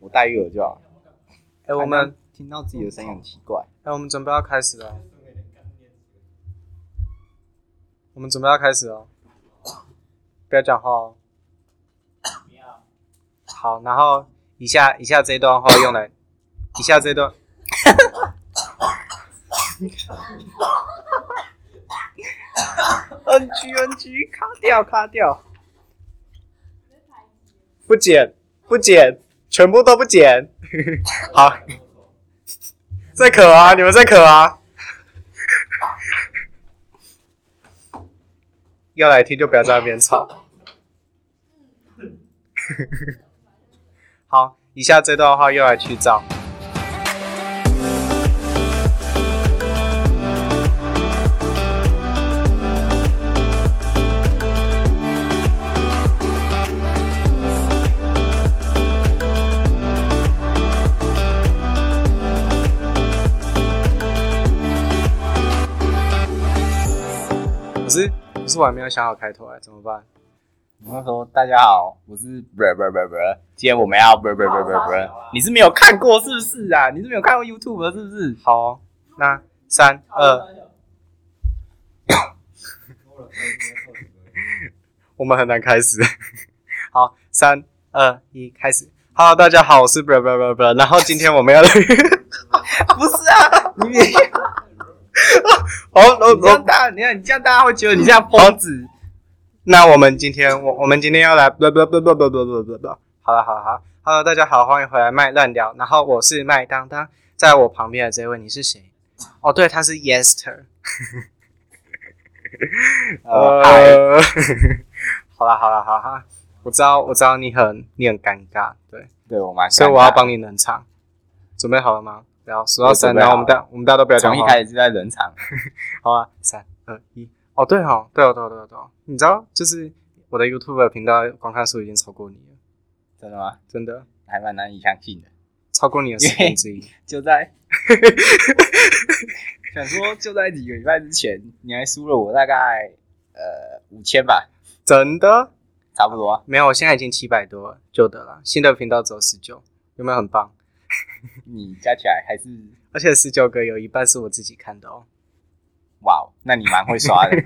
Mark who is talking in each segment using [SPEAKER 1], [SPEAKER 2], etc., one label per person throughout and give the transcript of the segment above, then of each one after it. [SPEAKER 1] 我戴育耳就好。
[SPEAKER 2] 哎、我们
[SPEAKER 1] 听到自己的声音很奇怪。
[SPEAKER 2] 哎、我们准备要开始了。哦我们准备要开始了，哦不要讲话哦。好，然后以下以下这一段话用来，以下这段。
[SPEAKER 1] NG NG，卡掉卡掉。
[SPEAKER 2] 不剪，不剪，全部都不剪。好，在咳啊，你们在咳啊。要来听就不要在那边吵。 好，以下这段话用来去照。可是，可是我还没有想好开头哎、怎么办？
[SPEAKER 1] 我那时候大家好，我是不不不不，今天我们要不不不不不，你是没有看过是不是啊？你是没有看过 YouTube 是不是？
[SPEAKER 2] 好哦、那三二， 我们很难开始。 好，三二一，开始。Hello，大家好，我是 blah blah blah blah。然后今天我们要 哦来，
[SPEAKER 1] 不是啊，你
[SPEAKER 2] 哦，
[SPEAKER 1] 你这
[SPEAKER 2] 哦
[SPEAKER 1] 样
[SPEAKER 2] 哦
[SPEAKER 1] 大，你看你这样大家会觉得你像疯子。
[SPEAKER 2] 那我们今天我我们今天要来 blah blah blah blah blah blah blah blah blah。好了好了好了，Hello，大家好，欢迎回来麦乱聊。然后我是麦当当，在我旁边的这位你是谁？哦，对，他是 Yester。
[SPEAKER 1] 呃
[SPEAKER 2] 呃， 好了好了好了，我知道我知道你很你很尴尬，对。
[SPEAKER 1] 对我蛮，
[SPEAKER 2] 所以我要帮你冷场，准备好了吗？然后数到三，
[SPEAKER 1] 我准备
[SPEAKER 2] 然后
[SPEAKER 1] 好
[SPEAKER 2] 我们大我们大家都不要讲
[SPEAKER 1] 从一
[SPEAKER 2] 话，
[SPEAKER 1] 开始就在冷场。
[SPEAKER 2] 好啊，三二一，哦对哦，对哦对哦对哦对哦，你知道就是我的 YouTube 频道观看数已经超过你了，
[SPEAKER 1] 真的吗？
[SPEAKER 2] 真的
[SPEAKER 1] 还蛮难以相信的。
[SPEAKER 2] 超过你的十分之一，
[SPEAKER 1] 就 在想说，就在几个礼拜之前，你还输了我大概呃五千吧，
[SPEAKER 2] 真的
[SPEAKER 1] 差不多啊。
[SPEAKER 2] 没有，我现在已经七百多了，旧的了，新的频道只有十九，有没有很棒？
[SPEAKER 1] 你加起来还是
[SPEAKER 2] 而且十九个有一半是我自己看的哦，
[SPEAKER 1] 哇哦，那你蛮会刷 的。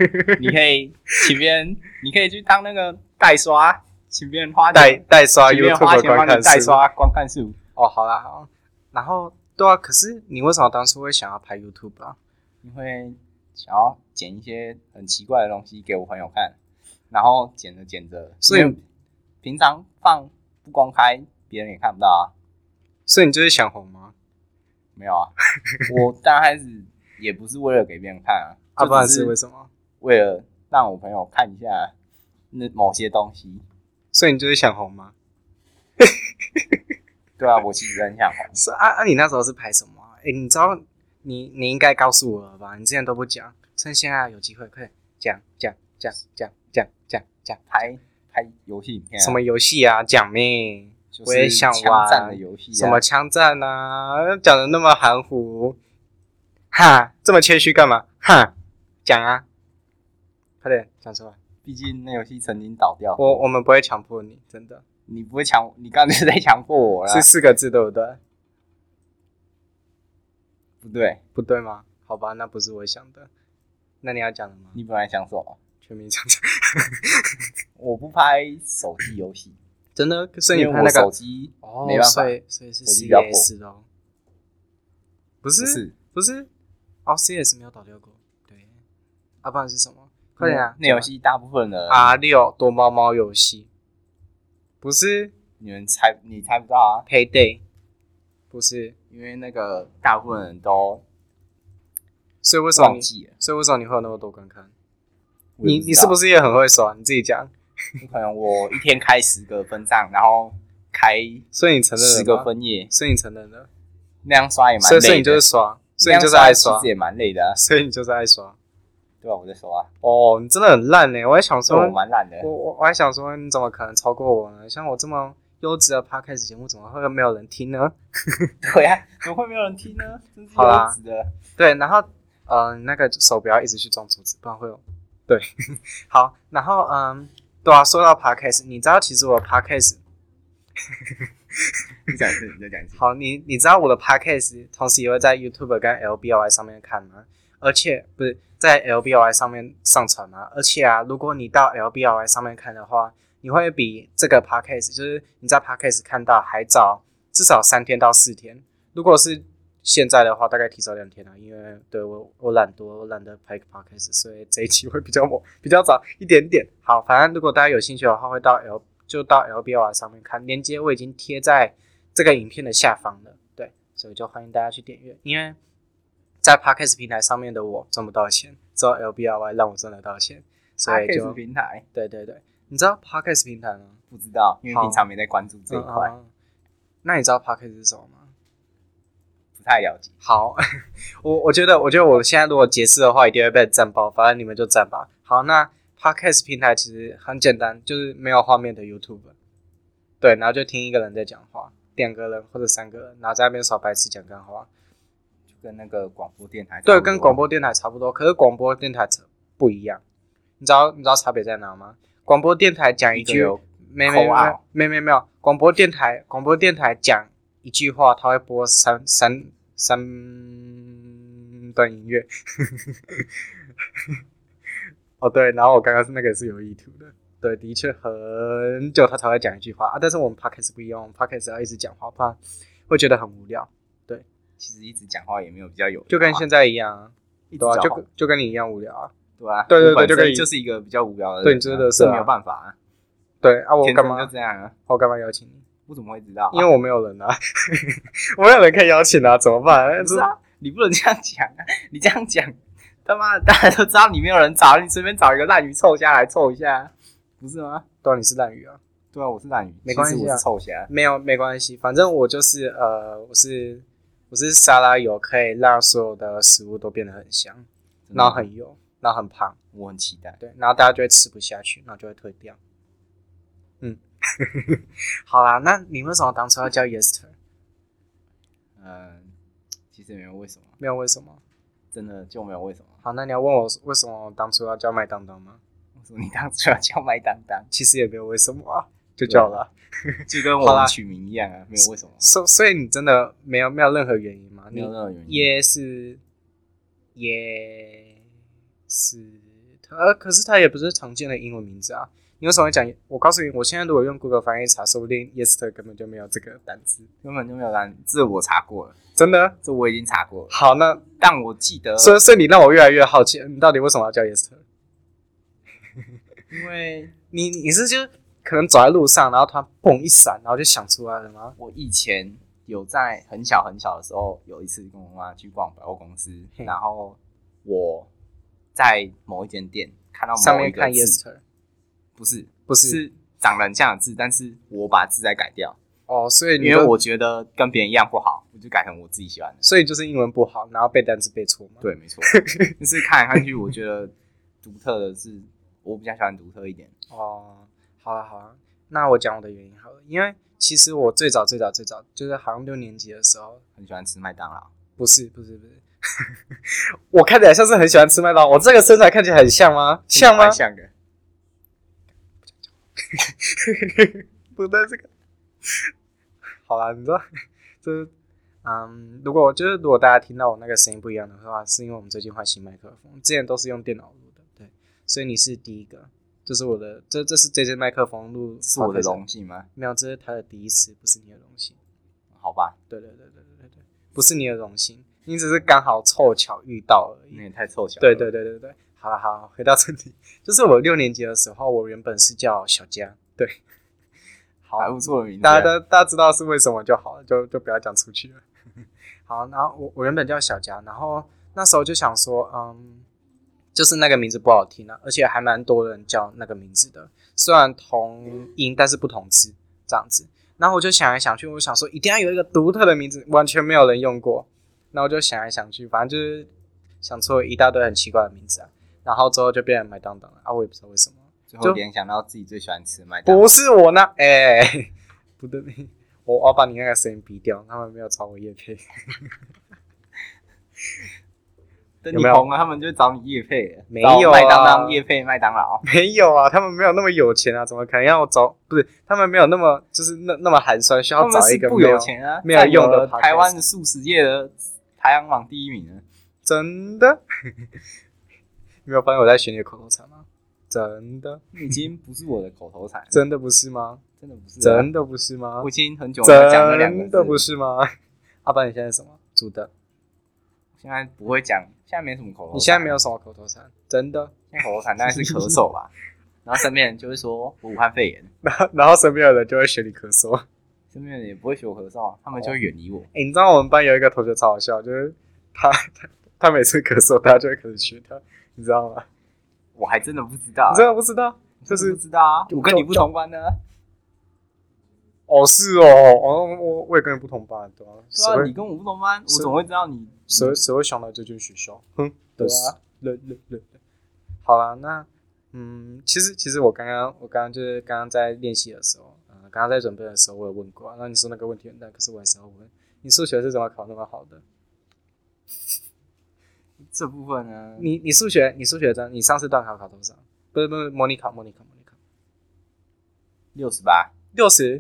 [SPEAKER 1] 你可以请别人，你可以去当那个代刷，请别人花
[SPEAKER 2] 代
[SPEAKER 1] 钱，
[SPEAKER 2] 代刷
[SPEAKER 1] 请别人花
[SPEAKER 2] YouTube
[SPEAKER 1] 钱帮
[SPEAKER 2] 观看
[SPEAKER 1] 你代
[SPEAKER 2] 数
[SPEAKER 1] 刷观看数。
[SPEAKER 2] 哦，好啦好啦，然后对啊，可是你为什么当初会想要拍 YouTube 啊？
[SPEAKER 1] 因为想要剪一些很奇怪的东西给我朋友看，然后剪着剪着，
[SPEAKER 2] 所以
[SPEAKER 1] 因为平常放不公开，别人也看不到啊。
[SPEAKER 2] 所以你就是想红吗？
[SPEAKER 1] 没有 啊，我刚开始也不是为了给别人看啊，
[SPEAKER 2] 啊，不然
[SPEAKER 1] 就是
[SPEAKER 2] 为什么？
[SPEAKER 1] 为了让我朋友看一下那某些东西。
[SPEAKER 2] 所以你就是想红吗？
[SPEAKER 1] 对啊，我其实很想红，
[SPEAKER 2] 是啊啊！你那时候是拍什么啊？哎、你知道你你应该告诉我了吧？你之前都不讲，趁现在有机会，快点讲讲讲讲讲讲讲
[SPEAKER 1] 拍拍游戏影片啊、
[SPEAKER 2] 什么游戏啊？讲咩？
[SPEAKER 1] 就是
[SPEAKER 2] 我也想
[SPEAKER 1] 枪战
[SPEAKER 2] 玩
[SPEAKER 1] 的游戏、啊，
[SPEAKER 2] 什么枪战啊？讲的那么含糊，哈，这么谦虚干嘛？哈，讲啊，快点讲出来。
[SPEAKER 1] 毕竟那游戏曾经倒掉，
[SPEAKER 2] 我我们不会强迫你，真的
[SPEAKER 1] 你不会强我，你刚才在强迫我啦
[SPEAKER 2] 是，四个字对不对？
[SPEAKER 1] 不对，
[SPEAKER 2] 不对吗？好吧，那不是我想的。那你要讲的吗？
[SPEAKER 1] 你本来想什么？
[SPEAKER 2] 全民枪战。
[SPEAKER 1] 我不拍手机游戏，
[SPEAKER 2] 真的，所以
[SPEAKER 1] 因为
[SPEAKER 2] 你拍
[SPEAKER 1] 我
[SPEAKER 2] 那个
[SPEAKER 1] 手机
[SPEAKER 2] 哦，
[SPEAKER 1] 没办法
[SPEAKER 2] 所，以所以是
[SPEAKER 1] 手机比较
[SPEAKER 2] CS 哦，不
[SPEAKER 1] 不
[SPEAKER 2] 是
[SPEAKER 1] 是
[SPEAKER 2] 不是哦，CS 没有倒掉过，对，啊，不然是什么？快点啊，
[SPEAKER 1] 那游戏大部分人
[SPEAKER 2] 啊六躲猫猫游戏，不是
[SPEAKER 1] 你们猜你猜不到啊，
[SPEAKER 2] Payday，不是，
[SPEAKER 1] 因为那个大部分人都
[SPEAKER 2] 所以为什么
[SPEAKER 1] 忘
[SPEAKER 2] 你？
[SPEAKER 1] 记了。
[SPEAKER 2] 所以为什么你会有那么多观看？
[SPEAKER 1] 我也
[SPEAKER 2] 你你是不
[SPEAKER 1] 是
[SPEAKER 2] 是也很会耍？你自己讲，
[SPEAKER 1] 可能我一天开十个分账，然后开
[SPEAKER 2] 所以你承认了
[SPEAKER 1] 十个
[SPEAKER 2] 吗，
[SPEAKER 1] 分页，
[SPEAKER 2] 所以你承认了，
[SPEAKER 1] 那样刷也蛮
[SPEAKER 2] 所
[SPEAKER 1] 累的。
[SPEAKER 2] 以所以你就是耍，所以
[SPEAKER 1] 那样
[SPEAKER 2] 你就是
[SPEAKER 1] 刷
[SPEAKER 2] 爱
[SPEAKER 1] 其
[SPEAKER 2] 耍
[SPEAKER 1] 实，也蛮累的啊、
[SPEAKER 2] 所以你就是爱耍。
[SPEAKER 1] 对吧、我在说啊，
[SPEAKER 2] 哦，你真的很烂呢、我还想
[SPEAKER 1] 所以
[SPEAKER 2] 说
[SPEAKER 1] 我，哦蛮懒的。
[SPEAKER 2] 我我我还想说，你怎么可能超过我呢？像我这么优质的 podcast 节目，怎么会没有人听呢？
[SPEAKER 1] 对啊呀、怎么会没有人听呢？真是
[SPEAKER 2] 好啦
[SPEAKER 1] 优质 的。
[SPEAKER 2] 对，然后呃，那个手不要一直去撞桌子，不然会有。对， 好，然后嗯，对啊，说到 podcast，你知道其实我 podcast
[SPEAKER 1] 你讲一次，你再讲一次。
[SPEAKER 2] 好，你你知道我的 podcast 同时也会在 YouTube 跟 LBOI 上面看吗？而且不是在 LBOI 上面上传吗？而且啊，如果你到 LBOI 上面看的话，你会比这个 podcast 就是你在 podcast 看到还早至少三天到四天。如果是现在的话，大概提早两天了、啊因为对我我懒惰，我懒得拍 podcast，所以这一期会比较晚， 比较早一点点。好，反正如果大家有兴趣的话，会到 L 就到 LBOI 上面看，链接我已经贴在。这个影片的下方的，对，所以就欢迎大家去点阅，因为在 Podcast 平台上面的我赚不到钱，只有 LBRY 啊让我赚得到钱，所以
[SPEAKER 1] Podcast
[SPEAKER 2] 就
[SPEAKER 1] 平台
[SPEAKER 2] 对对对，你知道 Podcast 平台吗？
[SPEAKER 1] 不知道，因为
[SPEAKER 2] 好
[SPEAKER 1] 平常没在关注这一块，
[SPEAKER 2] 嗯嗯嗯那你知道 Podcast 是什么吗？
[SPEAKER 1] 不太了解。
[SPEAKER 2] 好， 我我觉得，我觉得我现在如果解释的话，一定会被赞爆，反正你们就赞吧。好，那 Podcast 平台其实很简单，就是没有画面的 YouTube，对，然后就听一个人在讲话，两个人或者三个人，然后在那边耍白痴讲干话。
[SPEAKER 1] 就跟那个广播电台差不多，
[SPEAKER 2] 对，跟广播电台差不多，可是广播电台不一样。你知道你知道差别在哪吗？广播电台讲一
[SPEAKER 1] 一个
[SPEAKER 2] 句，
[SPEAKER 1] 有
[SPEAKER 2] 没没
[SPEAKER 1] 口
[SPEAKER 2] 没
[SPEAKER 1] 号
[SPEAKER 2] 没没没有，广播电台广播电台讲一句话，它会播三三三段音乐。 哦对，然后我刚刚是那个是有意图的，对，的确很久他才会讲一句话啊，但是我们 podcast 不一样，我们 podcast 要一直讲话，不然会觉得很无聊，
[SPEAKER 1] 其实一直讲话也没有比较有，
[SPEAKER 2] 就跟现在一样啊，
[SPEAKER 1] 一直
[SPEAKER 2] 对啊，
[SPEAKER 1] 讲
[SPEAKER 2] 就
[SPEAKER 1] 话
[SPEAKER 2] 跟就跟你一样无聊啊。
[SPEAKER 1] 对啊，
[SPEAKER 2] 对对对
[SPEAKER 1] 我本身
[SPEAKER 2] 就跟你
[SPEAKER 1] 就是一个比较无聊的人啊，
[SPEAKER 2] 对你真的是啊
[SPEAKER 1] 这没有办法啊，
[SPEAKER 2] 对啊，我
[SPEAKER 1] 天
[SPEAKER 2] 干
[SPEAKER 1] 生就
[SPEAKER 2] 嘛？
[SPEAKER 1] 这样啊，
[SPEAKER 2] 我干嘛邀请你？
[SPEAKER 1] 我怎么会知道啊？
[SPEAKER 2] 因为我没有人啊， 我没有人可以邀请啊，怎么办？
[SPEAKER 1] 不是啊，你不能这样讲啊， 你这样讲，他妈的大家都知道你没有人找，你随便找一个烂鱼臭虾来凑一下，不是吗？
[SPEAKER 2] 对啊，你是烂鱼啊？
[SPEAKER 1] 对啊，我是烂鱼，
[SPEAKER 2] 没关系啊
[SPEAKER 1] 其实我是臭虾，
[SPEAKER 2] 没有，没关系，反正我就是呃，我是我是沙拉油，可以让所有的食物都变得很香，
[SPEAKER 1] 真的
[SPEAKER 2] 然后很油，然后很胖，
[SPEAKER 1] 我很期待，
[SPEAKER 2] 对，然后大家就会吃不下去，然后就会退掉。嗯， 好啦，那你为什么当初要叫 Yester？
[SPEAKER 1] 嗯，其实没有为什么，
[SPEAKER 2] 没有为什么？
[SPEAKER 1] 真的就没有为什么。
[SPEAKER 2] 好，那你要问我为什么当初要叫麦当当吗？
[SPEAKER 1] 我说你 当初要叫麦当当，
[SPEAKER 2] 其实也没有为什么啊，就叫了啊。
[SPEAKER 1] 就跟我
[SPEAKER 2] 好啦
[SPEAKER 1] 们取名一样啊，没有为什么，
[SPEAKER 2] 所所以你真的没有没有任何原因吗？
[SPEAKER 1] 没
[SPEAKER 2] 你
[SPEAKER 1] 有任何原因。
[SPEAKER 2] 耶是耶是它，呃，可是它也不是常见的英文名字啊。你为什么会讲？我告诉你，我现在如果用 Google 翻译查，说不定 Yester 根本就没有这个单词，
[SPEAKER 1] 根本就没有单，这我查过了，
[SPEAKER 2] 真的。
[SPEAKER 1] 这我已经查过了。
[SPEAKER 2] 好，那
[SPEAKER 1] 但我记得，
[SPEAKER 2] 所以所以你让我越来越好奇，你到底为什么要叫 Yester？
[SPEAKER 1] 因为
[SPEAKER 2] 你你是就是可能走在路上，然后突然砰一闪，然后就想出来了吗？
[SPEAKER 1] 我以前有在很小很小的时候，有一次跟我妈去逛百货公司，
[SPEAKER 2] 嘿
[SPEAKER 1] 然后我在某一间店看到
[SPEAKER 2] 上
[SPEAKER 1] 某一
[SPEAKER 2] 面
[SPEAKER 1] 个
[SPEAKER 2] 看
[SPEAKER 1] 字，
[SPEAKER 2] Yester
[SPEAKER 1] 不是
[SPEAKER 2] 不是
[SPEAKER 1] 是长得很像的字，但是我把字再改掉，
[SPEAKER 2] 哦，所以你
[SPEAKER 1] 因为
[SPEAKER 2] 就
[SPEAKER 1] 我觉得跟别人一样不好，我就改成我自己喜欢的。
[SPEAKER 2] 所以就是英文不好，然后背单词背错吗？
[SPEAKER 1] 对，没错， 就是看来看去，我觉得独特的是我比较喜欢独特一点。
[SPEAKER 2] 哦，好了好了，那我讲我的原因好了，因为其实我最早最早最早就是好像六年级的时候，
[SPEAKER 1] 很喜欢吃麦当劳，
[SPEAKER 2] 不是不是不 是，我看起来像是很喜欢吃麦当劳，我这个身材看起来很像吗？像吗
[SPEAKER 1] 蛮？像的。
[SPEAKER 2] 不对，这个， 好啦，你知道，就是，嗯，如果就是如果大家听到我那个声音不一样的话，是因为我们最近换新麦克风，之前都是用电脑录的，对，所以你是第一个，这是我的，这这是这支麦克风录，
[SPEAKER 1] 是我的，荣幸吗？
[SPEAKER 2] 没有，这是他的第一次，不是你的荣幸。
[SPEAKER 1] 好吧，
[SPEAKER 2] 对对对对对对对，不是你的荣幸，你只是刚好凑巧遇到而
[SPEAKER 1] 那
[SPEAKER 2] 已。
[SPEAKER 1] 也太凑巧了。
[SPEAKER 2] 对对对对对，好了好了，回到正题，就是我六年级的时候，我原本是叫小佳，对，好，
[SPEAKER 1] 还不错的名字啊。
[SPEAKER 2] 大家都大家知道是为什么就好了，就就不要讲出去了。 好，然后我我原本叫小佳，然后那时候就想说，嗯，就是那个名字不好听啊，而且还蛮多人叫那个名字的，虽然同音但是不同字这样子。然后我就想来想去，我想说一定要有一个独特的名字，完全没有人用过。那我就想来想去，反正就是想出了一大堆很奇怪的名字啊。然后之后就变成麦当当了啊，我也不知道为什么。
[SPEAKER 1] 最后联想到自己最喜欢吃的麦当劳，
[SPEAKER 2] 不是我 那，哎、不对，我我要把你 那个声音逼掉，他们没有找我叶配。
[SPEAKER 1] 等
[SPEAKER 2] 有
[SPEAKER 1] 你
[SPEAKER 2] 没有
[SPEAKER 1] 红了，他们就找你叶配，
[SPEAKER 2] 没有
[SPEAKER 1] 找
[SPEAKER 2] 啊
[SPEAKER 1] 麦当当叶配麦当劳，
[SPEAKER 2] 没有啊，他们没有那么有钱啊，怎么可能要找？不是，他们没有那么就是那那么寒酸，需
[SPEAKER 1] 他
[SPEAKER 2] 要
[SPEAKER 1] 们
[SPEAKER 2] 找一
[SPEAKER 1] 是
[SPEAKER 2] 个
[SPEAKER 1] 不
[SPEAKER 2] 没
[SPEAKER 1] 有，钱啊，
[SPEAKER 2] 没有
[SPEAKER 1] 占有
[SPEAKER 2] 用的
[SPEAKER 1] 了
[SPEAKER 2] podcast
[SPEAKER 1] 台湾的素食业的排行榜第一名啊。
[SPEAKER 2] 真的。 你没有发现我在学你的口头禅吗？真的，
[SPEAKER 1] 你已经不是我的口头禅，
[SPEAKER 2] 真的不是吗？
[SPEAKER 1] 真的不是啊，
[SPEAKER 2] 真的不是吗
[SPEAKER 1] 我已？经很久没有啊讲那两个
[SPEAKER 2] 真
[SPEAKER 1] 字
[SPEAKER 2] 的
[SPEAKER 1] 了
[SPEAKER 2] 不是吗？阿爸，你现在什么？主的，
[SPEAKER 1] 现在不会讲，现在没什么口头禅。
[SPEAKER 2] 你现在没有什么口头禅，真的。
[SPEAKER 1] 现在口头禅，大概是咳嗽吧。然后身边人就会说我武汉肺炎，
[SPEAKER 2] 然后然后身边有人就会学你咳嗽。
[SPEAKER 1] 身边人也不会学我咳嗽啊，他们就会远离我。
[SPEAKER 2] 哎、你知道我们班有一个同学超好笑，就是他他他每次咳嗽，大家就会开始学他，你知道吗？
[SPEAKER 1] 我还真的不知道
[SPEAKER 2] 你
[SPEAKER 1] 欸，
[SPEAKER 2] 真的不知道？就
[SPEAKER 1] 真的
[SPEAKER 2] 是
[SPEAKER 1] 不知道啊，
[SPEAKER 2] 就
[SPEAKER 1] 我跟你不同班的啊。
[SPEAKER 2] 哦，是哦，哦，我我也跟你不同班，对吧、谁
[SPEAKER 1] 对啊，你
[SPEAKER 2] 会
[SPEAKER 1] 跟我不同班，我
[SPEAKER 2] 是
[SPEAKER 1] 怎么会知道你？
[SPEAKER 2] 谁会谁会想到这间学校？哼，
[SPEAKER 1] 对
[SPEAKER 2] 对
[SPEAKER 1] 啊
[SPEAKER 2] 啊，人人人。好啦，那嗯，其实其实我刚刚我刚刚就是刚刚在练习的时候，嗯、刚刚在准备的时候我有问过啊，然后你说那个问题很难，可是我还是要问，你数学是怎么考那么好的？
[SPEAKER 1] 这部分呢？
[SPEAKER 2] 你你数学你数学真，你上次段考考多少？不是不是模拟考模拟考模拟考
[SPEAKER 1] 六十八
[SPEAKER 2] 六十，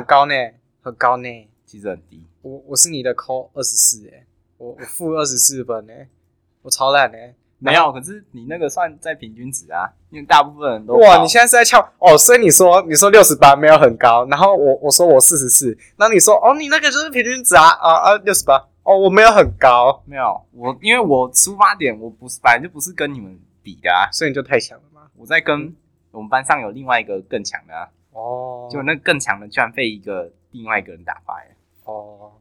[SPEAKER 1] 八，
[SPEAKER 2] 高呢，很高呢。
[SPEAKER 1] 其实很低。
[SPEAKER 2] 我我是你的扣二十四哎，我我负二十四分哎、我超烂哎、
[SPEAKER 1] 没有，可是你那个算在平均值啊，因为大部分人都
[SPEAKER 2] 哇，
[SPEAKER 1] 考
[SPEAKER 2] 你现在是在翘哦，所以你说你说六十八没有很高，然后我我说我四十四，那你说哦你那个就是平均值啊啊啊六十八哦我没有很高，
[SPEAKER 1] 没有我，因为我出发点我不是本来就不是跟你们比的啊，
[SPEAKER 2] 所以你就太强了吗？
[SPEAKER 1] 我在跟我们班上有另外一个更强的啊，
[SPEAKER 2] 嗯哦
[SPEAKER 1] 就那个更强的居然被一个另外一个人打败了，
[SPEAKER 2] 哦，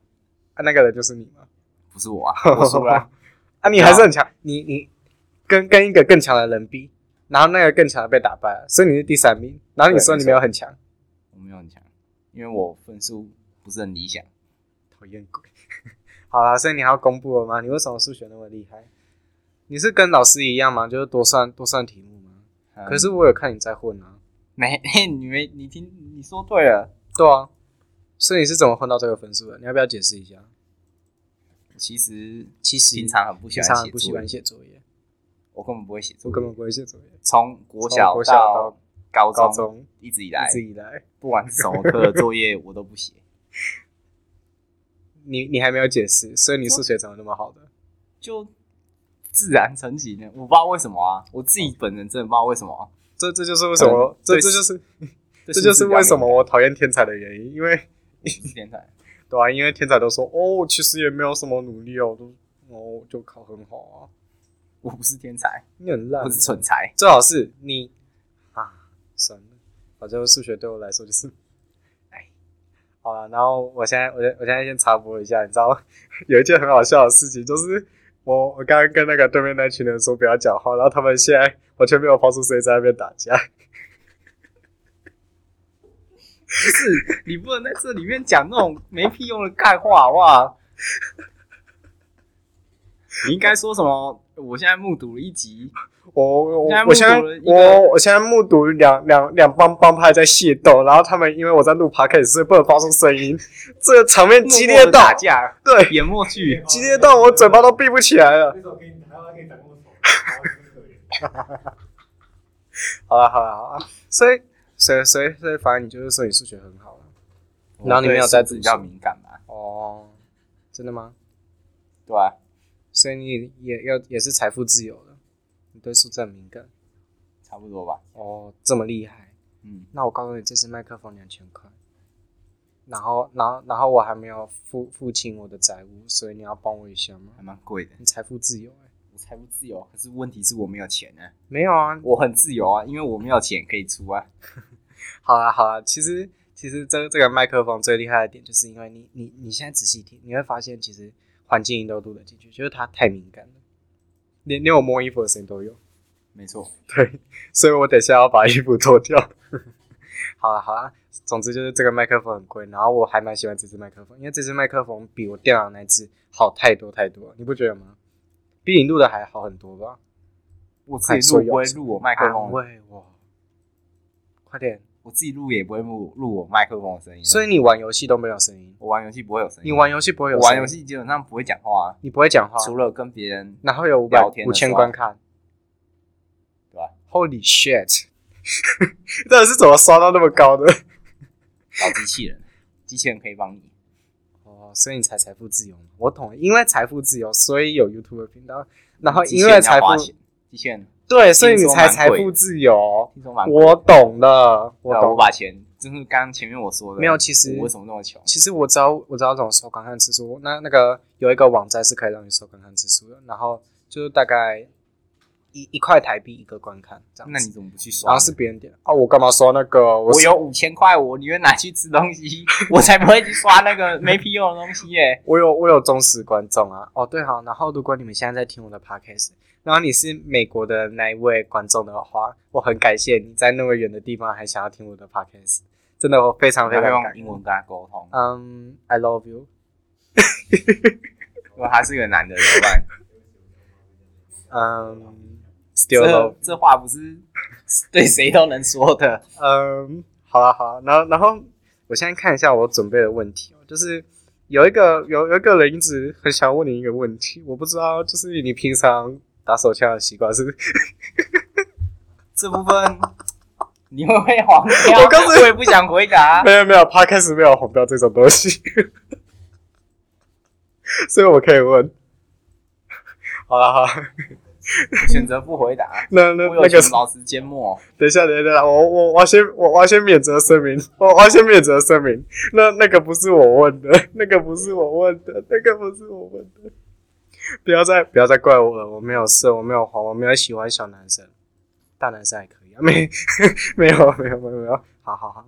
[SPEAKER 2] 啊那个人就是你吗？
[SPEAKER 1] 不是 我啊，我输了啊。
[SPEAKER 2] 啊你还是很强，你你跟跟一个更强的人比，然后那个更强的被打败了，所以你是第三名，然后你说你没有很强，
[SPEAKER 1] 我没有很强，因为我分数不是很理想。
[SPEAKER 2] 讨厌鬼。 好啦，所以你还要公布了吗？你为什么数学那么厉害？你是跟老师一样吗？就是多算多算题目吗？
[SPEAKER 1] 嗯
[SPEAKER 2] 可是我有看你在混啊。
[SPEAKER 1] 没你没你听你说对了，
[SPEAKER 2] 对啊，所以你是怎么混到这个分数的？你要不要解释一下？
[SPEAKER 1] 其实
[SPEAKER 2] 其实
[SPEAKER 1] 平常很不喜
[SPEAKER 2] 平
[SPEAKER 1] 欢
[SPEAKER 2] 常
[SPEAKER 1] 写
[SPEAKER 2] 不喜
[SPEAKER 1] 作
[SPEAKER 2] 欢
[SPEAKER 1] 业，
[SPEAKER 2] 写作业，
[SPEAKER 1] 我根本不会写作
[SPEAKER 2] 我
[SPEAKER 1] 业，
[SPEAKER 2] 根本不会写作业。
[SPEAKER 1] 从国
[SPEAKER 2] 从
[SPEAKER 1] 小
[SPEAKER 2] 国小
[SPEAKER 1] 到
[SPEAKER 2] 到
[SPEAKER 1] 高
[SPEAKER 2] 高
[SPEAKER 1] 中
[SPEAKER 2] 中
[SPEAKER 1] 一直以来
[SPEAKER 2] 一，直以来，
[SPEAKER 1] 不管是什么课的作业我都不写，
[SPEAKER 2] 你你还没有解释，所以你数学怎么那么好的？
[SPEAKER 1] 就自然成型的。我不知道为什么啊，我自己本人真的不知道为什么啊、
[SPEAKER 2] 这这就是为什么，
[SPEAKER 1] 可能
[SPEAKER 2] 这
[SPEAKER 1] 对
[SPEAKER 2] 这就是
[SPEAKER 1] 对
[SPEAKER 2] 这就
[SPEAKER 1] 数
[SPEAKER 2] 是
[SPEAKER 1] 字比较
[SPEAKER 2] 为什么
[SPEAKER 1] 敏
[SPEAKER 2] 我讨厌天才的原因，因为
[SPEAKER 1] 感不是天才，
[SPEAKER 2] 对啊，因为天才都说哦，其实也没有什么努力哦，都哦就考很好啊，
[SPEAKER 1] 我不是天才，
[SPEAKER 2] 你很烂，
[SPEAKER 1] 我是蠢，材。
[SPEAKER 2] 最好是你啊，算了，反正数学对我来说就是，哎，好了，然后我现在我先我现在先插播一下，你知道 有一件很好笑的事情，就是我我刚刚跟那个对面那群人说不要讲话，然后他们现在完全没有抛出声音在那边打架，
[SPEAKER 1] 是 你不能在这里面讲那种没屁用的干话，好不好？你应该说什么？我现在目睹了一 集，
[SPEAKER 2] 我我
[SPEAKER 1] 现在目
[SPEAKER 2] 我现
[SPEAKER 1] 睹
[SPEAKER 2] 在
[SPEAKER 1] 了一个
[SPEAKER 2] 我我现在目睹两两两帮帮派在械斗，然后他们因为我在录 podcast 所以不能发出声音，这个场面激烈
[SPEAKER 1] 默默地
[SPEAKER 2] 到
[SPEAKER 1] 打架，
[SPEAKER 2] 对
[SPEAKER 1] 演默剧，哦
[SPEAKER 2] 激烈到我嘴巴都闭不起来了。
[SPEAKER 3] 那时候给你台湾给你打工的手，
[SPEAKER 2] 好啊了好了好了，所以所以所以所以反正你就是说你数学很好了。然后你没有在
[SPEAKER 1] 自
[SPEAKER 2] 读
[SPEAKER 1] 己
[SPEAKER 2] 书
[SPEAKER 1] 比较敏感吧？
[SPEAKER 2] 哦，真的吗？
[SPEAKER 1] 对吧？
[SPEAKER 2] 所以你也要也是财富自由了，你对数字很敏感。
[SPEAKER 1] 差不多吧。
[SPEAKER 2] 哦，这么厉害。
[SPEAKER 1] 嗯，
[SPEAKER 2] 那我告诉你，这支麦克风两千块。然后，然后，然后我还没有付付清我的债务，所以你要帮我一下吗
[SPEAKER 1] 还？蛮贵的。
[SPEAKER 2] 你财富自由哎、
[SPEAKER 1] 我财务自由，可是问题是我没有钱呢。
[SPEAKER 2] 没有啊。
[SPEAKER 1] 我很自由啊，因为我没有钱可以出啊。
[SPEAKER 2] 好啦好啦，啊其实其实这这个麦克风最厉害的点，就是因为你你你现在仔细听，你会发现其实环境音都录得进去，就是它太敏感了，连连我摸衣服的声音都有。
[SPEAKER 1] 没错，
[SPEAKER 2] 对， 所以我等一下要把衣服脱掉。 好啊了好了，总之就是这个麦克风很贵，然后我还蛮喜欢这支麦克风，因为这支麦克风比我电脑那支好太多太多了，你不觉得吗？比你录的还好很多吧？哎啊
[SPEAKER 1] 我自己录不会录我麦克
[SPEAKER 2] 安
[SPEAKER 1] 风，
[SPEAKER 2] 哦慰我，快点，
[SPEAKER 1] 我自己录也不会录录我麦克风的声音，啊
[SPEAKER 2] 所
[SPEAKER 1] 以
[SPEAKER 2] 以你玩游戏都没有声音，
[SPEAKER 1] 我玩游戏不会有声音。
[SPEAKER 2] 你玩游戏不会有
[SPEAKER 1] 我
[SPEAKER 2] 声音
[SPEAKER 1] 玩游，戏基本上不会讲话、啊，
[SPEAKER 2] 你不会讲话，
[SPEAKER 1] 除了跟别人
[SPEAKER 2] 然后有五百
[SPEAKER 1] 聊天
[SPEAKER 2] 五
[SPEAKER 1] 的时
[SPEAKER 2] 千
[SPEAKER 1] 候
[SPEAKER 2] 观看，
[SPEAKER 1] 对吧？
[SPEAKER 2] Holy shit！到底是怎么刷到那么高的？
[SPEAKER 1] 搞机器人， 机器人可以帮你。
[SPEAKER 2] 哦，所以你才财富自由嘛？我懂，因为财富自由，所以有 YouTube 频道，然后因为财
[SPEAKER 1] 机器人
[SPEAKER 2] 富
[SPEAKER 1] 要花钱机器人
[SPEAKER 2] 对，所以你
[SPEAKER 1] 听说
[SPEAKER 2] 才
[SPEAKER 1] 蛮
[SPEAKER 2] 财
[SPEAKER 1] 贵
[SPEAKER 2] 富自由。
[SPEAKER 1] 听说蛮贵的，
[SPEAKER 2] 我懂了，我
[SPEAKER 1] 对啊
[SPEAKER 2] 懂
[SPEAKER 1] 我。把钱就是刚刚前面我说的，
[SPEAKER 2] 没有其实
[SPEAKER 1] 我为什么那么穷？
[SPEAKER 2] 其实我知道，我知道这种收观看次数，那那个有一个网站是可以让你收观看次数的，然后就是大概一一块台币一个观看这样
[SPEAKER 1] 那
[SPEAKER 2] 子。
[SPEAKER 1] 你怎么不去
[SPEAKER 2] 然
[SPEAKER 1] 刷
[SPEAKER 2] 后
[SPEAKER 1] 呢？
[SPEAKER 2] 是别人点啊，我干嘛刷那个？我
[SPEAKER 1] 我
[SPEAKER 2] 是
[SPEAKER 1] 有五千块，我宁愿拿去吃东西， 我才不会去刷那个没屁用的东西耶、
[SPEAKER 2] 我有我有忠实观众啊。哦，对，好，然后如果你们现在在听我的 podcast，然后你是美国的那一位观众的话，我很感谢你在那么远的地方还想要听我的 podcast，真的我非常
[SPEAKER 1] 我
[SPEAKER 2] 非常
[SPEAKER 1] 要
[SPEAKER 2] 感
[SPEAKER 1] 用英文。跟他沟通。
[SPEAKER 2] 嗯、i love you。
[SPEAKER 1] 如果他是个男的怎么办？
[SPEAKER 2] 嗯、s t i l l love
[SPEAKER 1] 这。这话不是对谁都能说的。
[SPEAKER 2] 嗯，好了好啦，然后然后我现在看一下我准备的问题哦，就是有一个有有一个人一直很想问你一个问题，我不知道就是你平常打手枪的习惯是不是？
[SPEAKER 1] 这部分 你会不会黄标？啊
[SPEAKER 2] 我告诉你
[SPEAKER 1] 我也不想回答
[SPEAKER 2] 。
[SPEAKER 1] 啊
[SPEAKER 2] 没有没有 p o d c 没有红标这种东西， 所以我可以问。好了好啦，
[SPEAKER 1] 选择不回答。啊
[SPEAKER 2] 那那
[SPEAKER 1] 我
[SPEAKER 2] 那
[SPEAKER 1] 有
[SPEAKER 2] 个
[SPEAKER 1] 权保持缄默。
[SPEAKER 2] 等一下，等一下，我我我要先我我要先免责声明，我我要先免责声明。那那个不是我问的， 那个不是我问的，那个不是我问的。不要再不要再怪我了，我没有色，我没有黄，我没有喜欢小男生，大男生还可以啊，没没有没有没有没有，好好 好。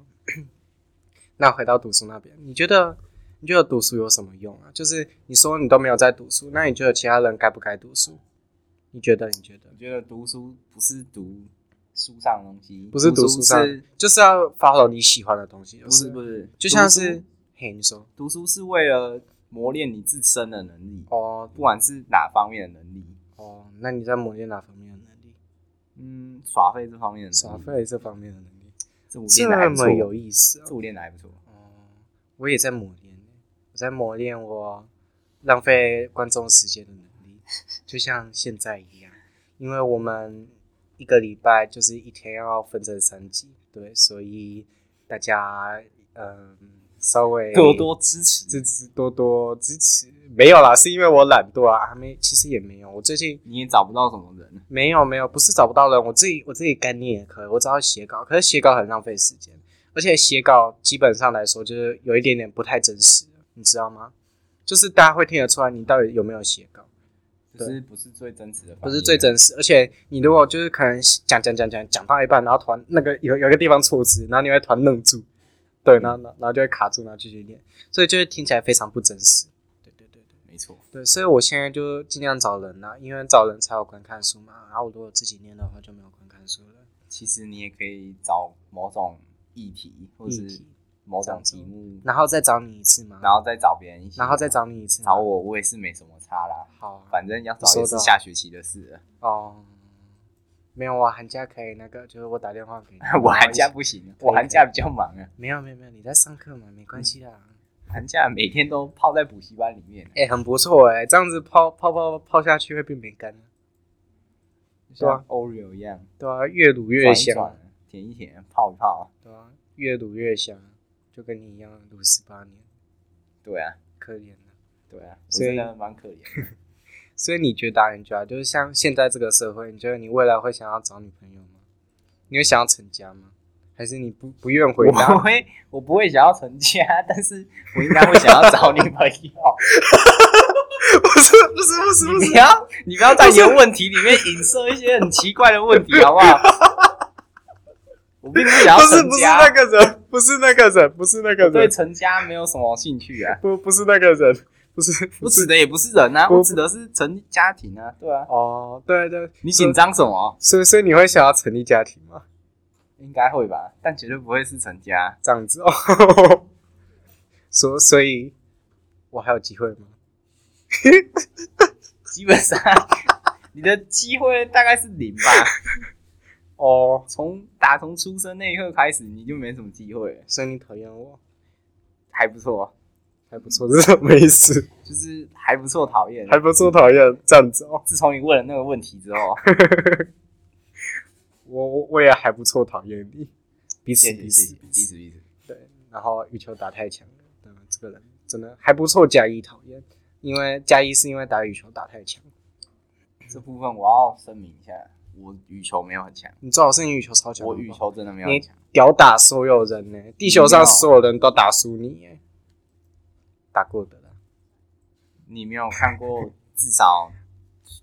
[SPEAKER 2] 那回到读书那边，你觉得你觉得读书有什么用啊？就是你说你都没有在读书，那你觉得其他人该不该读书？你觉得？你觉得
[SPEAKER 1] 我？觉得读书不是读书上的东西，
[SPEAKER 2] 不是读
[SPEAKER 1] 读
[SPEAKER 2] 书上
[SPEAKER 1] 是
[SPEAKER 2] 就是要 follow 你喜欢的东西，就
[SPEAKER 1] 不是不是，
[SPEAKER 2] 就像
[SPEAKER 1] 读
[SPEAKER 2] 是
[SPEAKER 1] 书
[SPEAKER 2] 嘿，你说
[SPEAKER 1] 读书是为了磨练你自身的能力，
[SPEAKER 2] 哦
[SPEAKER 1] 不管是哪方面的能力，
[SPEAKER 2] 哦，那你在磨练哪方面的能力？
[SPEAKER 1] 嗯，耍废这方面的能力
[SPEAKER 2] 耍，废这方面的能力，
[SPEAKER 1] 这我
[SPEAKER 2] 这
[SPEAKER 1] 练的还不
[SPEAKER 2] 么
[SPEAKER 1] 错，
[SPEAKER 2] 有意思
[SPEAKER 1] 这
[SPEAKER 2] 哦。
[SPEAKER 1] 我练的还不错。
[SPEAKER 2] 哦我也在磨练，我在磨练我浪费观众时间的能力，就像现在一样，因为我们一个礼拜就是一天要分成三集，对，所以大家嗯稍微
[SPEAKER 1] 多多支持，
[SPEAKER 2] 支持多多支持。没有啦，是因为我懒惰啊，还没，其实也没有。我最近
[SPEAKER 1] 你也找不到什么人，
[SPEAKER 2] 没有没有，不是找不到人，我自己我自己概念也可以，我只要写稿，可是写稿很浪费时间，而且写稿基本上来说就是有一点点不太真实，你知道吗？就是大家会听得出来你到底有没有写稿，
[SPEAKER 1] 就是不是最真实的，
[SPEAKER 2] 不是最。真实。而且你如果就是可能讲讲讲讲讲到一半，然后突然那个有有一个地方错字，然后你会突然愣住，对，然后然后然后就会卡住，然后继续念，所以就会听起来非常不真实。对对对对。
[SPEAKER 1] 没错，
[SPEAKER 2] 对，所以我现在就尽量找人啦、因为找人才有观看书嘛。然后我如果自己念的话，就没有观看书了。
[SPEAKER 1] 其实你也可以找某种议题，或
[SPEAKER 2] 议
[SPEAKER 1] 是
[SPEAKER 2] 题
[SPEAKER 1] 某
[SPEAKER 2] 这样
[SPEAKER 1] 种
[SPEAKER 2] 子
[SPEAKER 1] 题目，
[SPEAKER 2] 然后再找你一次嘛，
[SPEAKER 1] 然后再找别人一起，
[SPEAKER 2] 然后再找你一次嘛，
[SPEAKER 1] 找我，我也是没什么差啦。
[SPEAKER 2] 好啊
[SPEAKER 1] 反正要找也
[SPEAKER 2] 说
[SPEAKER 1] 是
[SPEAKER 2] 到
[SPEAKER 1] 下学期的事了，。
[SPEAKER 2] 哦。没有，我寒假可以那个，就是我打电话给你
[SPEAKER 1] 我寒假不行，我寒假比较忙啊，
[SPEAKER 2] 没有没有没有，你在上课嘛，没关系啦。
[SPEAKER 1] 寒假每天都泡在补习班里面，
[SPEAKER 2] 哎、很不错哎、这样子泡泡泡泡下去会变梅干，
[SPEAKER 1] 就
[SPEAKER 2] 对啊
[SPEAKER 1] 像 Oreo 一样，
[SPEAKER 2] 对啊，越卤
[SPEAKER 1] 转
[SPEAKER 2] 越
[SPEAKER 1] 一
[SPEAKER 2] 香，
[SPEAKER 1] 转，舔一舔，泡一泡，
[SPEAKER 2] 对啊，越卤越香，就跟你一样卤十八年，
[SPEAKER 1] 对啊，
[SPEAKER 2] 可怜了。
[SPEAKER 1] 对啊，我
[SPEAKER 2] 所以
[SPEAKER 1] 真的蛮可怜的。
[SPEAKER 2] 所以你觉得啊你觉得就是像现在这个社会，你觉得你未来会想要找女朋友吗？你会想要成家吗？还是你不不愿回
[SPEAKER 1] 我
[SPEAKER 2] 答？
[SPEAKER 1] 会，我不会想要成家，但是我应该会想要找女朋友。
[SPEAKER 2] 不是不是不是
[SPEAKER 1] 你不要，你不要在你的问题里面影射一些很奇怪的问题，好不好？我并不想要
[SPEAKER 2] 不是
[SPEAKER 1] 成
[SPEAKER 2] 不是
[SPEAKER 1] 家，
[SPEAKER 2] 那个人，不是那个人，不是那个
[SPEAKER 1] 对
[SPEAKER 2] 人，
[SPEAKER 1] 成家没有什么兴趣啊。
[SPEAKER 2] 不不是那个人，不是
[SPEAKER 1] 我指的也不是人啊，
[SPEAKER 2] 不
[SPEAKER 1] 我指的是成立家庭啊，对啊。
[SPEAKER 2] 哦，对对，
[SPEAKER 1] 你紧张什么？
[SPEAKER 2] 所以所以你会想要成立家庭吗？
[SPEAKER 1] 应该会吧，但绝对不会是成家。
[SPEAKER 2] 这样子哦， 所所以，我还有机会吗？
[SPEAKER 1] 基本上你的机会大概是零吧。
[SPEAKER 2] 哦，
[SPEAKER 1] 从打从出生那一刻开始，你就没什么机会了，
[SPEAKER 2] 所以你讨厌我，
[SPEAKER 1] 还不错，
[SPEAKER 2] 还不错，这是什么意思？
[SPEAKER 1] 就是还不错，讨厌。
[SPEAKER 2] 还不错，讨厌这样子哦。
[SPEAKER 1] 自从你问了那个问题之后，
[SPEAKER 2] 我我我也还不错，讨厌你，彼此
[SPEAKER 1] 谢谢
[SPEAKER 2] 彼
[SPEAKER 1] 谢谢，
[SPEAKER 2] 此
[SPEAKER 1] 彼
[SPEAKER 2] 彼
[SPEAKER 1] 此
[SPEAKER 2] 此。
[SPEAKER 1] 彼此。
[SPEAKER 2] 对，然后羽球打太强了，对，这个人真的还不错。加一讨厌，因为加一是因为打羽球打太强。
[SPEAKER 1] 这部分我要声明一下，我羽球没有很强，
[SPEAKER 2] 你最好是你羽球超强，
[SPEAKER 1] 我羽球真的没有
[SPEAKER 2] 你
[SPEAKER 1] 很强，
[SPEAKER 2] 屌打所有人呢、地球上所有人都打输你、欸，打过的啦。
[SPEAKER 1] 你没有看过，至少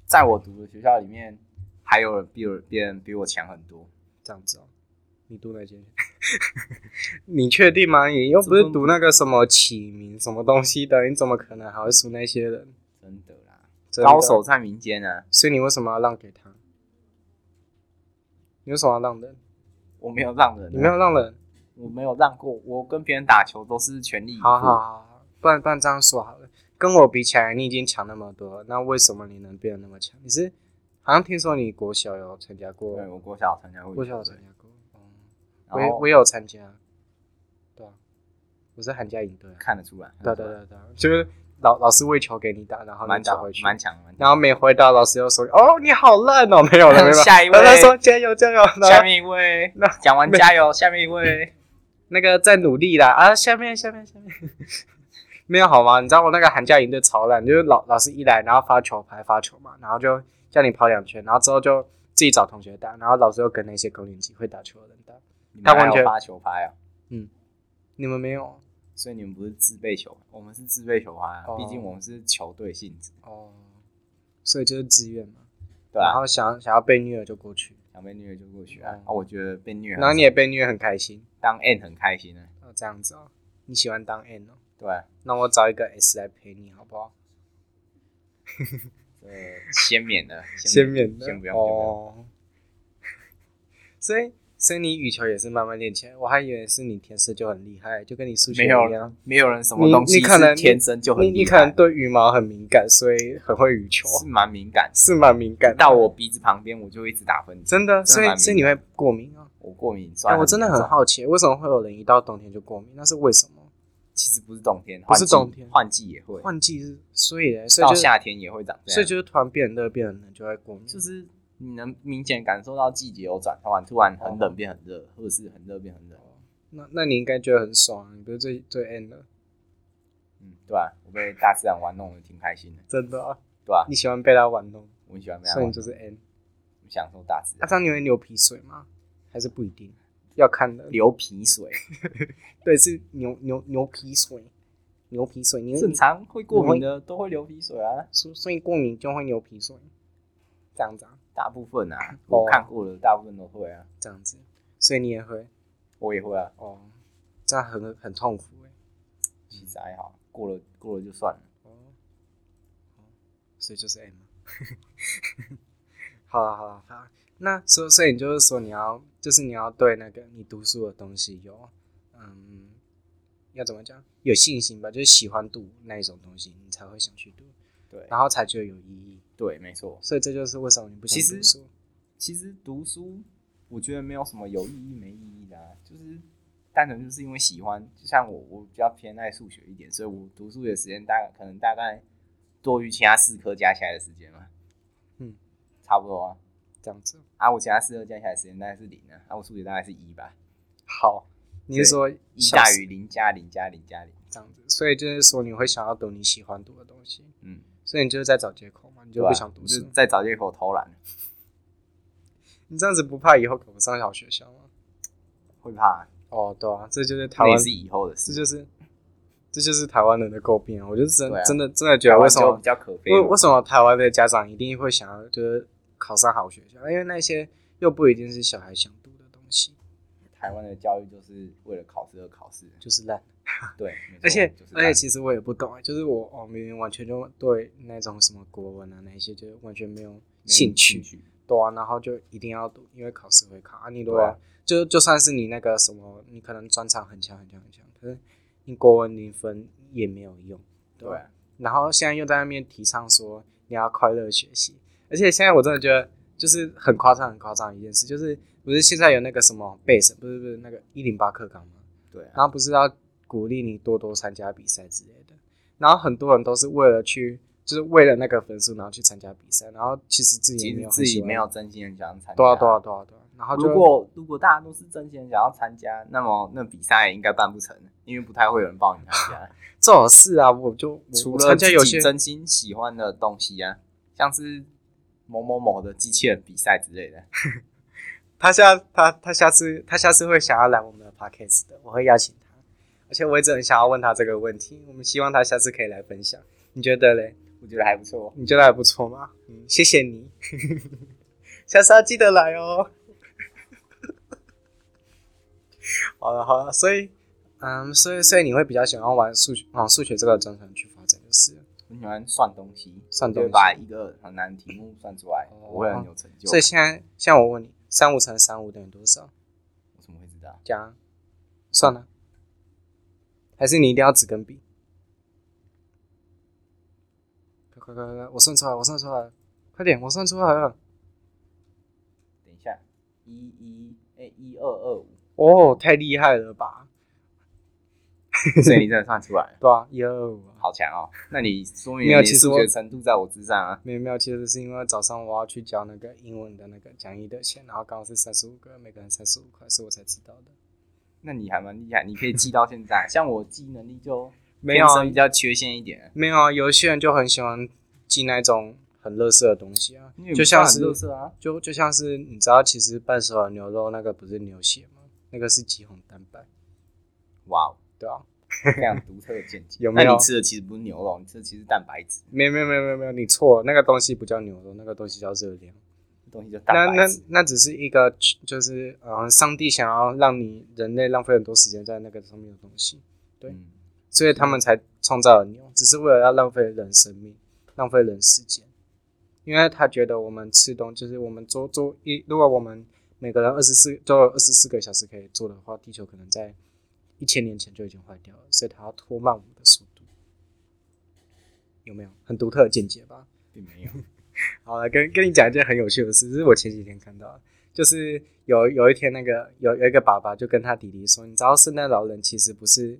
[SPEAKER 1] 在我读的学校里面，还有人比我别人比我强很多。
[SPEAKER 2] 这样子哦、你读哪间？ 你确定吗？你又不是读那个什么启明什么东西的，你怎么可能还会输那些人？
[SPEAKER 1] 真的啦，
[SPEAKER 2] 真的
[SPEAKER 1] 高手，在民间啊！
[SPEAKER 2] 所以你为什么要让给他？你为什么要让人？
[SPEAKER 1] 我没有让人啊、
[SPEAKER 2] 你没有让人？
[SPEAKER 1] 我没有让过，我跟别人打球都是全力以赴。
[SPEAKER 2] 好好好好，不然不然这样说好了，跟我比起来，你已经强那么多了，那为什么你能变得那么强？你是好像听说你国小有参加过，
[SPEAKER 1] 对，我国小参加过羽球
[SPEAKER 2] 国
[SPEAKER 1] 队，
[SPEAKER 2] 小有参加过，我也
[SPEAKER 1] 然后
[SPEAKER 2] 我也有参加，对啊，我是寒假营队啊，
[SPEAKER 1] 看得出来，
[SPEAKER 2] 对啊对啊对啊对啊，就是老老师喂球给你打，然后
[SPEAKER 1] 蛮
[SPEAKER 2] 你打
[SPEAKER 1] 强
[SPEAKER 2] 回，去，
[SPEAKER 1] 蛮强，蛮强。
[SPEAKER 2] 然后每回到老师又说哦你好烂哦，没有了没有了，
[SPEAKER 1] 下一位
[SPEAKER 2] 然后他说加油加油，然
[SPEAKER 1] 下
[SPEAKER 2] 后
[SPEAKER 1] 面一位
[SPEAKER 2] 那，
[SPEAKER 1] 讲完加油，下面一位，
[SPEAKER 2] 那个在努力啦啊，下面下面下面， 没有好吗？你知道我那个寒假营队超烂，就是老老师一来，然后发球拍发球嘛，然后就叫你跑两圈，然后之后就自己找同学打，然后老师又跟那些狗年级会打球的人打。
[SPEAKER 1] 你
[SPEAKER 2] 他
[SPEAKER 1] 们还
[SPEAKER 2] 完
[SPEAKER 1] 有
[SPEAKER 2] 全
[SPEAKER 1] 发球拍啊，
[SPEAKER 2] 你们没有
[SPEAKER 1] 所以你们不是自备球，我们是自备球拍啊
[SPEAKER 2] 哦，
[SPEAKER 1] 毕竟我们是球队性质，
[SPEAKER 2] 哦，所以就是自愿嘛。
[SPEAKER 1] 对
[SPEAKER 2] 然
[SPEAKER 1] 啊，
[SPEAKER 2] 后想想要被虐就过去，
[SPEAKER 1] 想被虐就过去啊
[SPEAKER 2] 嗯，
[SPEAKER 1] 啊，我觉得被虐很，
[SPEAKER 2] 然后你也被虐很开心，
[SPEAKER 1] 当 N 很开心啊，
[SPEAKER 2] 哦这样子哦。你喜欢当 N 哦，
[SPEAKER 1] 对啊，
[SPEAKER 2] 那我找一个 S 来陪你好不好？
[SPEAKER 1] 呃，先免了，
[SPEAKER 2] 免的
[SPEAKER 1] 先不要，先不要
[SPEAKER 2] 哦。 所以，所以你羽球也是慢慢练起来。我还以为是你天生就很厉害，就跟你数学
[SPEAKER 1] 没有
[SPEAKER 2] 一样。
[SPEAKER 1] 没有人什么
[SPEAKER 2] 你
[SPEAKER 1] 东西
[SPEAKER 2] 你可能
[SPEAKER 1] 是天生就很
[SPEAKER 2] 你
[SPEAKER 1] 厉害，
[SPEAKER 2] 你可能对羽毛很敏感，所以很会羽球，
[SPEAKER 1] 是蛮敏感，
[SPEAKER 2] 是蛮敏感的。
[SPEAKER 1] 到我鼻子旁边我就一直打喷嚏，
[SPEAKER 2] 真的，
[SPEAKER 1] 真的
[SPEAKER 2] 所以
[SPEAKER 1] 蛮敏感
[SPEAKER 2] 所以你会过敏啊？
[SPEAKER 1] 我过敏
[SPEAKER 2] 哎、
[SPEAKER 1] 算
[SPEAKER 2] 我真的
[SPEAKER 1] 严
[SPEAKER 2] 很
[SPEAKER 1] 重，
[SPEAKER 2] 好奇，为什么会有人一到冬天就过敏？那是为什么？
[SPEAKER 1] 其实不是冬天，
[SPEAKER 2] 不是
[SPEAKER 1] 换季
[SPEAKER 2] 冬天
[SPEAKER 1] 换季也会，
[SPEAKER 2] 换季是，所以嘞，所以
[SPEAKER 1] 到
[SPEAKER 2] 就是
[SPEAKER 1] 夏天也会长这样，
[SPEAKER 2] 所以就是突然变热，变冷就会过敏。
[SPEAKER 1] 就是你能明显感受到季节有转换，突然很冷变很热，或者是很热变很冷。
[SPEAKER 2] 那那你应该觉得很爽、啊，你不是最最 N 了？
[SPEAKER 1] 嗯，对啊，我被大自然玩弄的挺开心的，
[SPEAKER 2] 真的、啊，
[SPEAKER 1] 对吧、
[SPEAKER 2] 你喜欢被他玩弄，
[SPEAKER 1] 我很喜欢被它
[SPEAKER 2] 所以
[SPEAKER 1] 玩
[SPEAKER 2] 你，就是 N。
[SPEAKER 1] 享受大自
[SPEAKER 2] 那、啊、
[SPEAKER 1] 然。
[SPEAKER 2] 这样你会流鼻水吗？还是不一定，要看的。
[SPEAKER 1] 流鼻水，
[SPEAKER 2] 对，是牛牛牛皮水，牛皮水，你
[SPEAKER 1] 正。常会过敏的都会流鼻水啊，
[SPEAKER 2] 所所以过敏就会牛皮水，这样子啊，
[SPEAKER 1] 大部分啊，
[SPEAKER 2] 哦
[SPEAKER 1] 我看过的大部分都会啊，
[SPEAKER 2] 这样子，所以你也会
[SPEAKER 1] 我也会啊，
[SPEAKER 2] 哦，这样很很痛苦哎、
[SPEAKER 1] 其实还好，过了过了就算了。
[SPEAKER 2] 哦，所以就是 M 啊。好了好了好啦，那所以所以你就是说你要就是你要对那个你读书的东西有嗯，要怎么讲有信心吧，就是喜欢读那一种东西，你才会想去读，
[SPEAKER 1] 对
[SPEAKER 2] 然后才觉得有意义。
[SPEAKER 1] 对，没错。
[SPEAKER 2] 所以这就是为什么你不想
[SPEAKER 1] 其实
[SPEAKER 2] 读书。
[SPEAKER 1] 其实读书，我觉得没有什么有意义没意义的、啊，就是单纯就是因为喜欢。就像我，我比较偏爱数学一点，所以我读书的时间大概可能大概多于其他四科加起来的时间嘛。
[SPEAKER 2] 嗯，
[SPEAKER 1] 差不多啊。
[SPEAKER 2] 这样子
[SPEAKER 1] 啊，我其他四科加起来的时间大概是零啊，啊，我数学大概是一吧，
[SPEAKER 2] 好，你是
[SPEAKER 1] 对
[SPEAKER 2] 说
[SPEAKER 1] 一
[SPEAKER 2] 小
[SPEAKER 1] 大
[SPEAKER 2] 时
[SPEAKER 1] 于零加零加零加零。
[SPEAKER 2] 这样子，所以就是说你会想要读你喜欢读的东西，
[SPEAKER 1] 嗯，
[SPEAKER 2] 所以你就是在找借口嘛，啊你就
[SPEAKER 1] 对吧
[SPEAKER 2] 不想读
[SPEAKER 1] 我就
[SPEAKER 2] 书。
[SPEAKER 1] 再找借口偷懒，
[SPEAKER 2] 你这样子不怕以后考不上好学校吗？
[SPEAKER 1] 会怕，
[SPEAKER 2] 哦，对啊，这就是台
[SPEAKER 1] 那也
[SPEAKER 2] 湾，
[SPEAKER 1] 是以后的
[SPEAKER 2] 这
[SPEAKER 1] 事。
[SPEAKER 2] 就是这就是台湾人的诟病啊！我就真、
[SPEAKER 1] 对啊
[SPEAKER 2] 真的真的觉得为什
[SPEAKER 1] 台湾就
[SPEAKER 2] 么
[SPEAKER 1] 比较可悲
[SPEAKER 2] 为
[SPEAKER 1] 了？
[SPEAKER 2] 为什么台湾的家长一定会想要就是考上好学校，因为那些又不一定是小孩想读的东西，
[SPEAKER 1] 台湾的教育就是为了考试而考试，
[SPEAKER 2] 就是烂。
[SPEAKER 1] 对，没错
[SPEAKER 2] 啊而且、
[SPEAKER 1] 就是
[SPEAKER 2] 而
[SPEAKER 1] 烂
[SPEAKER 2] 且其实我也不懂啊，就是我我明明完全就对那种什么国文啊那一些就完全没有
[SPEAKER 1] 没
[SPEAKER 2] 兴趣，
[SPEAKER 1] 趣
[SPEAKER 2] 对啊，然后就一定要读，因为考试会考啊。你如
[SPEAKER 1] 对
[SPEAKER 2] 果
[SPEAKER 1] 啊
[SPEAKER 2] 就就算是你那个什么，你可能专长很强很强很强，可是你国文零分也没有用，对吧
[SPEAKER 1] 对，啊
[SPEAKER 2] 然后现在又在那边提倡说你要快乐学习，而且现在我真的觉得就是很夸张很夸张的一件事，就是不是现在有那个什么 base，不是不是那个一零八课纲吗？
[SPEAKER 1] 对啊，
[SPEAKER 2] 然后不是要鼓励你多多参加比赛之类的。然后很多人都是为了去，就是为了那个分数，然后去参加比赛，然后其实自己
[SPEAKER 1] 其
[SPEAKER 2] 也没
[SPEAKER 1] 实
[SPEAKER 2] 有
[SPEAKER 1] 自
[SPEAKER 2] 很喜
[SPEAKER 1] 己
[SPEAKER 2] 欢
[SPEAKER 1] 没有真心很想参加。
[SPEAKER 2] 对啊对啊对啊对啊。然后就
[SPEAKER 1] 如果如果大家都是真心想要参加，那么那比赛应该办不成，因为不太会有人报名参加。
[SPEAKER 2] 这种事啊，我就我
[SPEAKER 1] 除
[SPEAKER 2] 我
[SPEAKER 1] 了
[SPEAKER 2] 参加
[SPEAKER 1] 自
[SPEAKER 2] 有
[SPEAKER 1] 己
[SPEAKER 2] 些
[SPEAKER 1] 真心喜欢的东西啊，像是某某某的机器人比赛之类的，
[SPEAKER 2] 他下他他下次他下次会想要来我们的 podcast 的，我会邀请他，而且我一直很想要问他这个问题，我们希望他下次可以来分享，你觉得嘞？
[SPEAKER 1] 我觉得还不错。
[SPEAKER 2] 你觉得还不错吗？嗯，谢谢你， 下次要记得来哦。 好了好了，所以嗯，所以所以你会比较喜欢玩数学哦往数学这个专长去发展，就是了
[SPEAKER 1] 我喜欢算东西，
[SPEAKER 2] 算东西
[SPEAKER 1] 就把一个很难的题目算出来，
[SPEAKER 2] 哦
[SPEAKER 1] 我会很有成就
[SPEAKER 2] 所
[SPEAKER 1] 感。
[SPEAKER 2] 以现在像我问你，三五乘三五等于多少？
[SPEAKER 1] 我怎么会知道？
[SPEAKER 2] 加，算了，还是你一定要纸跟笔？快快快快快！我算出来，我算出来了，快点，我算出来了。
[SPEAKER 1] 等一下，一一哎一二二 五，
[SPEAKER 2] 哦，太厉害了吧？
[SPEAKER 1] 所以你真的算出来了，
[SPEAKER 2] 对啊，一二二五。
[SPEAKER 1] 好强哦！那你说明
[SPEAKER 2] 没有
[SPEAKER 1] 你
[SPEAKER 2] 其实
[SPEAKER 1] 数
[SPEAKER 2] 我
[SPEAKER 1] 学程度在我之上啊。
[SPEAKER 2] 没有没有，其实是因为早上我要去交那个英文的那个讲义的钱，然后刚好是三十五个，每个人三十五块，所以我才知道的。
[SPEAKER 1] 那你还蛮厉害，你可以记到现在。像我记忆能力就
[SPEAKER 2] 没有啊
[SPEAKER 1] 天生比较缺陷一点，
[SPEAKER 2] 没有啊，有一些人就很喜欢记那种很垃圾的东西啊
[SPEAKER 1] 因为，
[SPEAKER 2] 就像
[SPEAKER 1] 很
[SPEAKER 2] 是
[SPEAKER 1] 乐色啊，
[SPEAKER 2] 就就像是你知道，其实半熟的牛肉那个不是牛血吗？那个是肌红蛋白，
[SPEAKER 1] 哇哦，
[SPEAKER 2] 对啊。
[SPEAKER 1] 非常独特的见解。
[SPEAKER 2] 有没有
[SPEAKER 1] 那你吃的其实不是牛肉，你吃的其实是蛋白质，
[SPEAKER 2] 没有没有没有没有没有，你错了，那个东西不叫牛肉，那个东西叫热量。
[SPEAKER 1] 这东西就蛋
[SPEAKER 2] 那那
[SPEAKER 1] 白质。
[SPEAKER 2] 那只是一个，就是嗯，上帝想要让你人类浪费很多时间在那个上面的东西，对
[SPEAKER 1] 嗯，
[SPEAKER 2] 所以他们才创造了牛，只是为了要浪费人生命，浪费人时间。因为他觉得我们吃东，就是我们做做一，如果我们每个人二十四都有二十四个小时可以做的话，地球可能在一千年前就已经坏掉了，所以他要拖慢我们的速度。有没有很独特的见解吧？
[SPEAKER 1] 并没有。
[SPEAKER 2] 好了，跟跟你讲一件很有趣的事，这是我前几天看到的，就是有有一天那个有有一个爸爸就跟他弟弟说，你知道圣诞老人其实不是，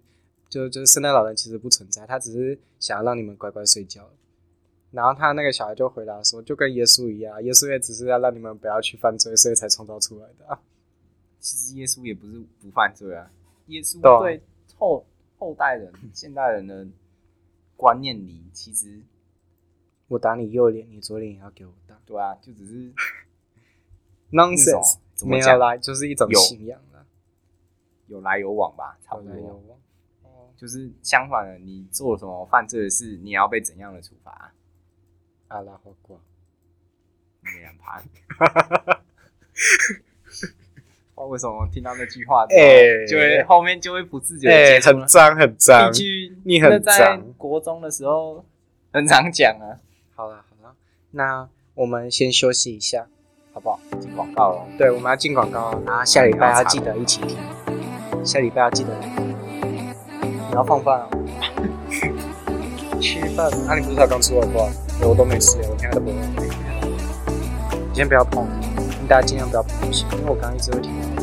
[SPEAKER 2] 就就是圣诞老人其实不存在，他只是想要让你们乖乖睡觉。然后他那个小孩就回答说，就跟耶稣一样，耶稣也只是要让你们不要去犯罪，所以才创造出来的 啊。
[SPEAKER 1] 其实耶稣也不是不犯罪啊，耶稣
[SPEAKER 2] 对啊
[SPEAKER 1] 对后后代人、现代人的观念里，其实
[SPEAKER 2] 我打你右脸，你左脸也要给我打。
[SPEAKER 1] 对啊，就只 是那种
[SPEAKER 2] Nonsense，
[SPEAKER 1] 怎
[SPEAKER 2] 没
[SPEAKER 1] 么
[SPEAKER 2] 有
[SPEAKER 1] 讲，
[SPEAKER 2] 啦，就是一种
[SPEAKER 1] 有
[SPEAKER 2] 信仰啦，
[SPEAKER 1] 有来有往吧，差
[SPEAKER 2] 好
[SPEAKER 1] 不
[SPEAKER 2] 来有
[SPEAKER 1] 多。
[SPEAKER 2] 往。哦
[SPEAKER 1] 就是相反的，你做了什么犯罪的事，你也要被怎样的处罚、啊？
[SPEAKER 2] 阿拉火锅。
[SPEAKER 1] 没人 盘。哦，为什么听到那句话，
[SPEAKER 2] 哎
[SPEAKER 1] 就会后面就会不 自觉地
[SPEAKER 2] 哎、
[SPEAKER 1] 接触了
[SPEAKER 2] 很脏很脏
[SPEAKER 1] 一。句，
[SPEAKER 2] 你很
[SPEAKER 1] 那在
[SPEAKER 2] 脏
[SPEAKER 1] 国中的时候很常讲啊，
[SPEAKER 2] 好了好了，那我们先休息一下，好不好？
[SPEAKER 1] 进广告了。
[SPEAKER 2] 对，我们要进广告，然后下礼拜要记得一起听，下礼拜要记得来听。你要放饭哦， 吃饭。那、你不是才刚出来过？对我都没吃，我现在都不饿。你先不要碰，你大家尽量不要碰就行，因为我刚刚一直会听到。